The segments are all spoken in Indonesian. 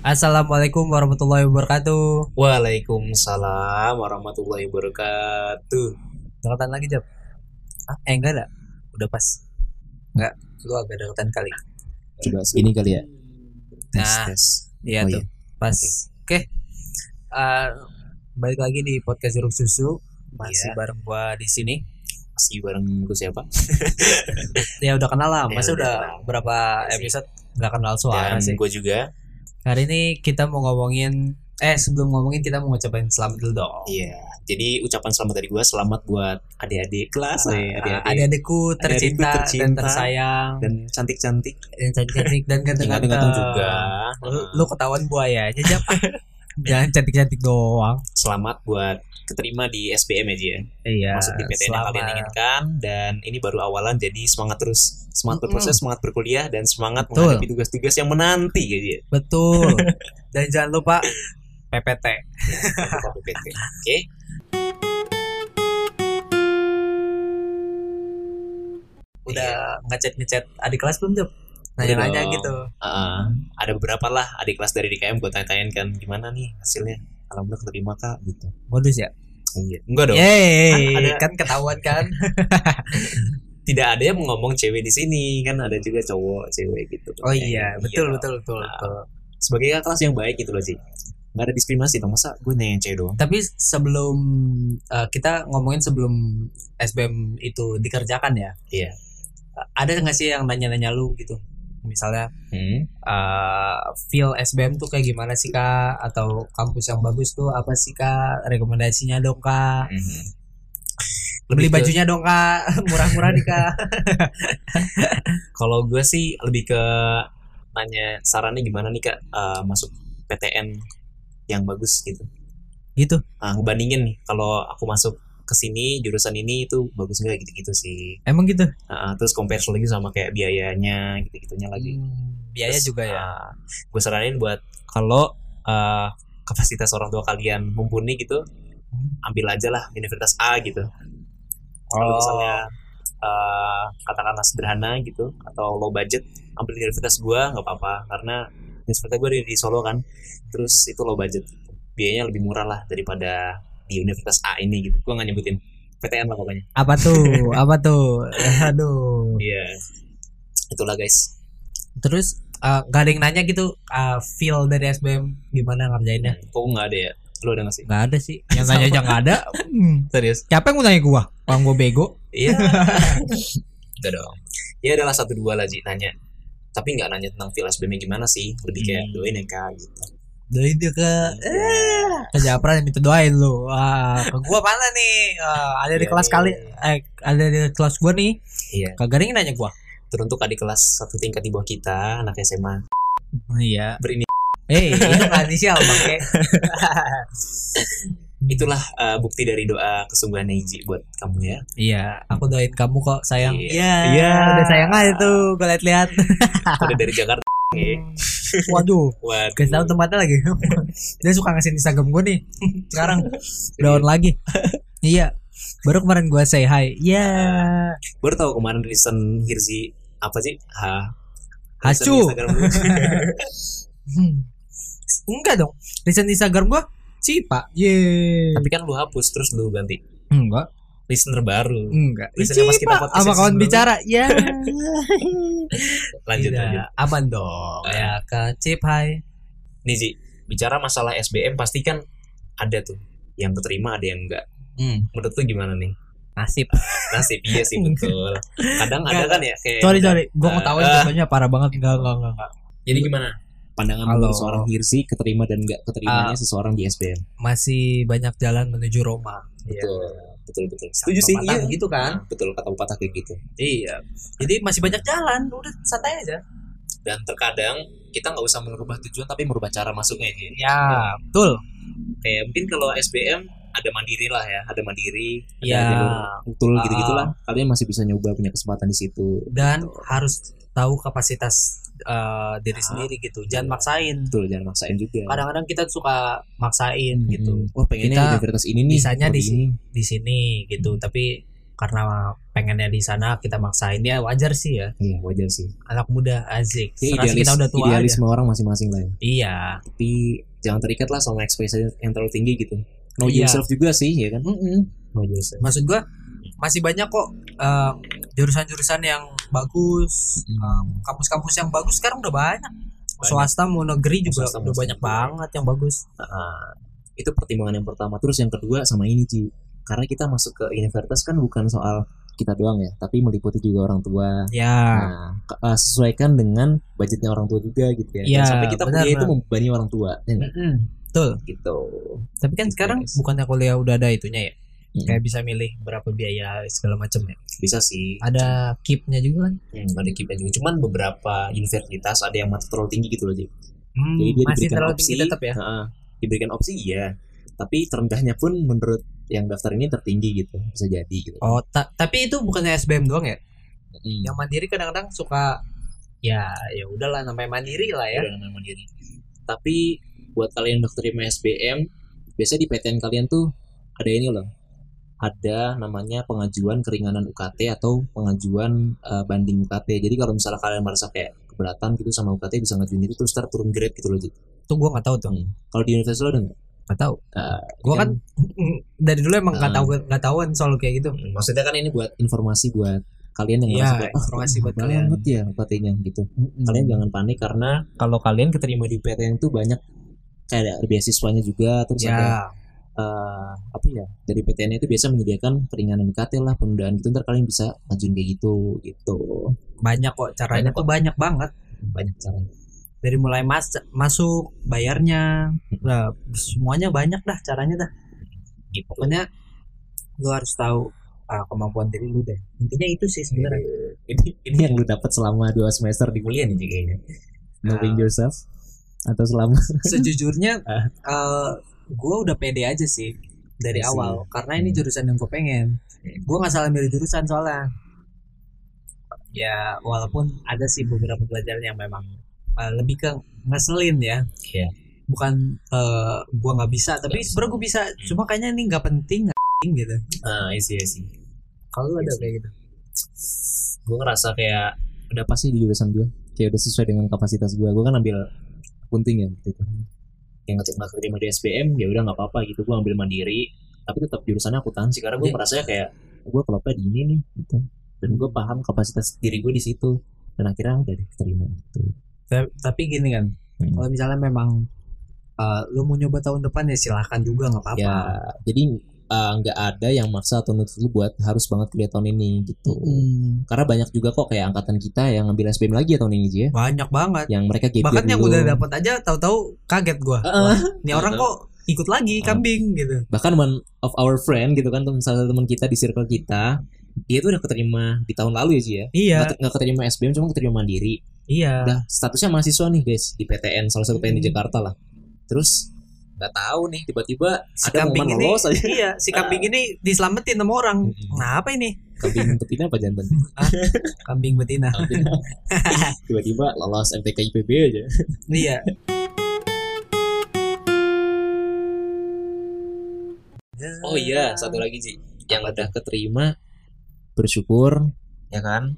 Assalamualaikum warahmatullahi wabarakatuh. Waalaikumsalam warahmatullahi wabarakatuh. Deketan lagi jam. Ah, eh enggak ada. Udah pas. Enggak, lu agak deketan kali. Coba ini kali ya. Tes, Nah, tes. iya Oh, tuh. iya. Pas. Oke. Eh, balik lagi di podcast jeruk susu. Masih Iya. bareng gua di sini. Masih bareng gue siapa? Ya udah kenal lah. Ya, Masa udah udah kenal. berapa Iya sih. episode nggak kenal suara Dan sih. gue juga. Hari ini kita mau ngomongin eh sebelum ngomongin kita mau ngucapin selamat dulu dong. Iya. Jadi ucapan selamat dari gue. Selamat buat adik-adik kelas. eh, Ah, adik-adik Adik-adikku Adik-adikku tercinta, dan tercinta. tersayang dan cantik-cantik. Nah, dan cantik-cantik dan Ganteng-ganteng ganteng-ganteng Juga. lu, lu ketahuan buaya aja Jap. jangan cantik cantik doang Selamat buat keterima di SBM ya dia. iya Masuk di PTN yang kalian inginkan. Dan ini baru awalan. Jadi semangat terus. Semangat berproses, semangat berkuliah, dan semangat Betul. menghadapi tugas-tugas yang menanti. Ya dia. betul dan jangan lupa PPT Oke. udah ngechat ngechat adik kelas belum Jap? nanya nanya Iya. Belum. Ah. gitu Heeh. ada beberapa lah adik kelas dari DKM gue tanya-tanyain kan gimana nih hasilnya alhamdulillah keterima kak gitu modus ya iya enggak dong yeay Kan ada- kan ketahuan kan tidak ada yang ngomong cewek di sini kan ada juga cowok cewek gitu oh iya Iya. betul betul betul, betul. sebagai kakak kelas yang baik gitu loh sih nggak ada diskriminasi dong masa gue nanya yang cewek doang tapi sebelum eh, kita ngomongin sebelum SBM itu dikerjakan ya Iya. Eh, ada nggak sih yang nanya nanya lu gitu misalnya hmm. eh feel SBM tuh kayak gimana sih kak atau kampus yang bagus tuh apa sih kak rekomendasinya dong kak beli Lebih ke- bajunya dong kak murah-murah nih kak kalau gue sih lebih ke nanya sarannya gimana nih kak eh, masuk PTN yang bagus gitu gitu ah ngebandingin nih kalau aku masuk ke sini jurusan ini itu bagus nggak gitu-gitu sih emang gitu Heeh, terus compare lagi sama kayak biayanya gitu-gitunya lagi. biaya Terus, juga ya ah, gue saranin buat kalau ah, kapasitas orang tua kalian mumpuni gitu, ambil aja lah universitas A gitu. Oh. Kalau misalnya ah, katakanlah sederhana gitu atau low budget, ambil universitas gua nggak apa-apa karena universitas gua di, di Solo kan. Terus itu low budget. Biayanya lebih murah lah daripada di universitas A ini gitu. Gua nggak nyebutin PTN lah pokoknya. apa tuh apa tuh aduh Iya. Itulah guys. terus eh, nggak ada yang nanya gitu eh, feel dari SBM gimana ngerjainnya Kok nggak ada ya? Lu ada nggak sih? nggak ada sih yang nanya aja nggak ada Hmm, Serius? siapa yang mau nanya gua bang gua bego Iya. Udah dong. Ya adalah satu dua lah Ji nanya. Tapi nggak nanya tentang feel SBM -nya gimana sih? Lebih kayak Hmm. Eh. doain ya kak gitu. Ya. dari dia ke ke Japran yang minta doain lu Wah, ah, ke gua mana nih Ah, ada di Iya, kelas iya, kali iya. eh, ada di kelas gua nih Iya. kagak ada yang nanya gua Teruntuk adik kelas satu tingkat di bawah kita anak SMA. iya Berini. eh itu kan inisial pakai Itulah eh, bukti dari doa kesungguhan Ji buat kamu ya. iya aku doain kamu kok sayang Iya. iya Iya. udah sayang aja tuh gue lihat-lihat Udah dari Jakarta. Iya. ya. waduh Waduh. Gak tau tempatnya lagi Dia suka ngasih Instagram gue nih Sekarang Down lagi Iya Baru kemarin gue say hi Iya Baru tahu kemarin recent Hirzi apa sih? Ha. recent Hacu. Instagram lu. Hmm. Enggak dong. Recent Instagram gua Cipa. Ye. Tapi kan lu hapus terus lu ganti Enggak, listener baru. enggak. Ih, Recentnya pas kita Cipa podcast sama yang kawan sebelumnya. bicara. Ya. Lanjut Tidak, lanjut. Aman dong. Ah. Ya, kan Cip hai. Nih Ji, bicara masalah SBM pasti kan ada tuh yang keterima ada yang enggak. Hmm. Menurut lu gimana nih? Nasib. Nasib iya sih betul. Kadang ada Enggak. kan ya kayak Sorry, sorry. Gua Ah. ketahuan contohnya parah banget. Enggak, enggak, enggak. enggak. Jadi gimana? Pandangan Halo. menurut seorang Hirsi keterima dan enggak keterimanya seseorang di SBM. Masih banyak jalan menuju Roma. Betul. Iya, Betul betul. Setuju sih Pepatah iya. gitu kan. Nah, Betul kata pepatah kayak gitu. Iya. Jadi masih banyak jalan. Udah santai aja. Dan terkadang kita nggak usah merubah tujuan tapi merubah cara masuknya Ji. Ya, betul. Kayak mungkin kalau SBM ada mandiri lah ya, ada mandiri, ada Ya. jalur Iya. betul Ah. gitu-gitulah. Kalian masih bisa nyoba punya kesempatan di situ. Dan harus tahu kapasitas eh, diri sendiri gitu. Jangan maksain. Betul, jangan maksain juga. Kadang-kadang kita suka maksain gitu. Hmm. gitu. Wah pengennya Kita universitas ini nih. bisanya kalau di ini. di sini gitu tapi karena pengennya di sana kita maksain ya wajar sih ya Iya wajar sih. anak muda azik. Ya, Serasa kita udah tua aja. idealisme orang masing-masing lah. ya. Iya. Tapi jangan terikat lah sama ekspektasi yang terlalu tinggi gitu. Know Iya. yourself juga sih ya kan. Know yourself. Maksud gua masih banyak kok eh, jurusan-jurusan yang bagus, Mm. eh, kampus-kampus yang bagus sekarang udah banyak. Banyak. Swasta mau negeri juga Swasta udah mau banyak negeri. banget yang bagus. Ah, itu pertimbangan yang pertama. Terus yang kedua sama ini Ci. Karena kita masuk ke universitas kan bukan soal kita doang ya, tapi meliputi juga orang tua. Ya. Nah, ke- eh, sesuaikan dengan budgetnya orang tua juga gitu ya. Dan Iya, sampai kita benar, punya itu benar. membebani orang tua. Ya, nggak? Betul. gitu. Nah. Tapi kan Gitu, sekarang guys. bukannya kuliah udah ada itunya ya? Mm. Kayak bisa milih berapa biaya segala macam ya. bisa sih Ada keep-nya juga kan? hmm, ada keep juga cuman beberapa universitas ada yang mata terlalu tinggi gitu loh Ji. Hmm, Jadi dia masih diberikan terlalu opsi. tinggi tetap ya. Heeh. diberikan opsi iya, tapi terendahnya pun menurut yang daftar ini tertinggi gitu bisa jadi gitu. Oh, ta- tapi itu bukannya SBM doang ya? Mm. Yang mandiri kadang-kadang suka ya ya udahlah namanya mandiri lah ya. Udah namanya mandiri. Tapi buat kalian yang daftar di SBM, biasanya di PTN kalian tuh ada ini loh. Ada namanya pengajuan keringanan UKT atau pengajuan eh, banding UKT. Jadi kalau misalnya kalian merasa kayak keberatan gitu sama UKT bisa ngajuin itu terus ntar turun grade gitu loh. Ji. Itu gua nggak tahu tuh. Kalau di universitas lo ada nggak? Nggak tahu. Eh, Gua kan dari dulu emang nggak Ah. tahu nggak tahuan soal kayak gitu. maksudnya kan ini buat informasi buat kalian yang Iya, merasa kayak, "Ah, informasi buat mahal kalian." banget ya UKT-nya gitu. Kalian jangan panik karena kalau kalian keterima di PTN itu banyak kayak ada beasiswanya juga terus ada Ya, eh, apa ya dari PTN itu biasa menyediakan keringanan UKT lah penundaan gitu ntar kalian bisa ngajuin kayak gitu gitu banyak kok caranya Banyak tuh banyak banget. banyak caranya Dari mulai mas masuk, bayarnya, lah, semuanya banyak dah caranya dah. gitu Pokoknya lu harus tahu ah, kemampuan diri lu deh. Intinya itu sih sebenarnya. ini ini yang lu dapat selama dua semester di kuliah nih Ji, kayaknya Ah. knowing yourself atau selama Sejujurnya Ah. eh, gua udah pede aja sih dari Iya sih. awal karena ini Hmm. jurusan yang gue pengen. Hmm. Gua nggak salah milih jurusan soalnya. Ya walaupun ada sih beberapa pelajaran yang memang eh, lebih ke ngeselin ya. Iya. Bukan eh, gua nggak bisa, tapi Nggak bisa. sebenernya gua bisa. Cuma kayaknya ini nggak penting nggak gitu. ah isi isi Kalau lu ada Iya sih. kayak gitu. gue ngerasa kayak udah apa sih di jurusan gue kayak udah sesuai dengan kapasitas gue gue kan ambil kunting ya gitu yang nggak nggak keterima di SBM ya udah nggak apa-apa gitu gue ambil mandiri tapi tetap jurusannya akuntansi karena gue Iya. merasa kayak gue kelopnya di ini nih gitu dan gue paham kapasitas diri gue di situ dan akhirnya udah diterima gitu Ta- Tapi gini kan, Hmm. kalau misalnya memang eh, lu mau nyoba tahun depan ya silahkan juga nggak apa-apa. ya jadi eh, nggak ada yang maksa atau nuntut lu buat harus banget kuliah tahun ini gitu Hmm, karena banyak juga kok kayak angkatan kita yang ngambil SBM lagi ya tahun ini Ji, ya banyak banget. yang mereka gap year Bahkan yang dulu. udah dapat aja tahu-tahu kaget gua. Heeh. Wah, ini orang kok ikut lagi Heeh. kambing gitu. bahkan one of our friend gitu kan teman salah satu teman kita di circle kita dia tuh udah keterima di tahun lalu ya sih ya Iya, nggak nggak keterima SBM cuma keterima mandiri iya. udah statusnya mahasiswa nih guys di PTN salah satu PTN di Hmm. Jakarta lah terus nggak tahu nih tiba-tiba Si ada kambing momen ini, lolos Hmm. aja iya, si kambing ini diselamatin sama orang. Mm-mm. Kenapa ini? kambing betina apa jantan Kambing betina. Kambing. tiba-tiba lolos MTK IPB aja iya. oh iya satu lagi sih yang udah keterima bersyukur ya kan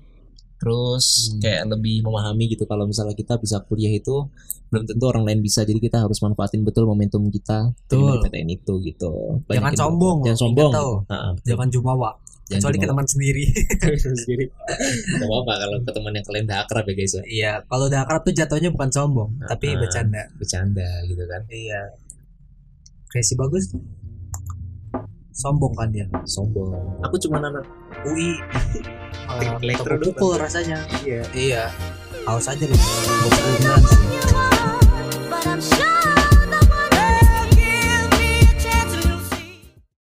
terus Hmm. kayak lebih memahami gitu kalau misalnya kita bisa kuliah itu belum tentu orang lain bisa jadi kita harus manfaatin betul momentum kita Betul. dari PTN itu gitu Jangan Banyakin- sombong. jangan sombong Ingat tau. gitu. Ha-ha. Jangan jumawa. Jangan Kecuali ke jumawa. teman sendiri. sendiri nggak apa-apa kalau ke teman yang kalian udah akrab ya guys ya iya, kalau udah akrab tuh jatuhnya bukan sombong, tapi Heeh. bercanda. bercanda gitu kan Iya. Crazy bagus. Sombong kan dia. sombong aku cuma anak UI Tik- elektro doang. pukul rasanya iya iya haus aja nih But I'm sure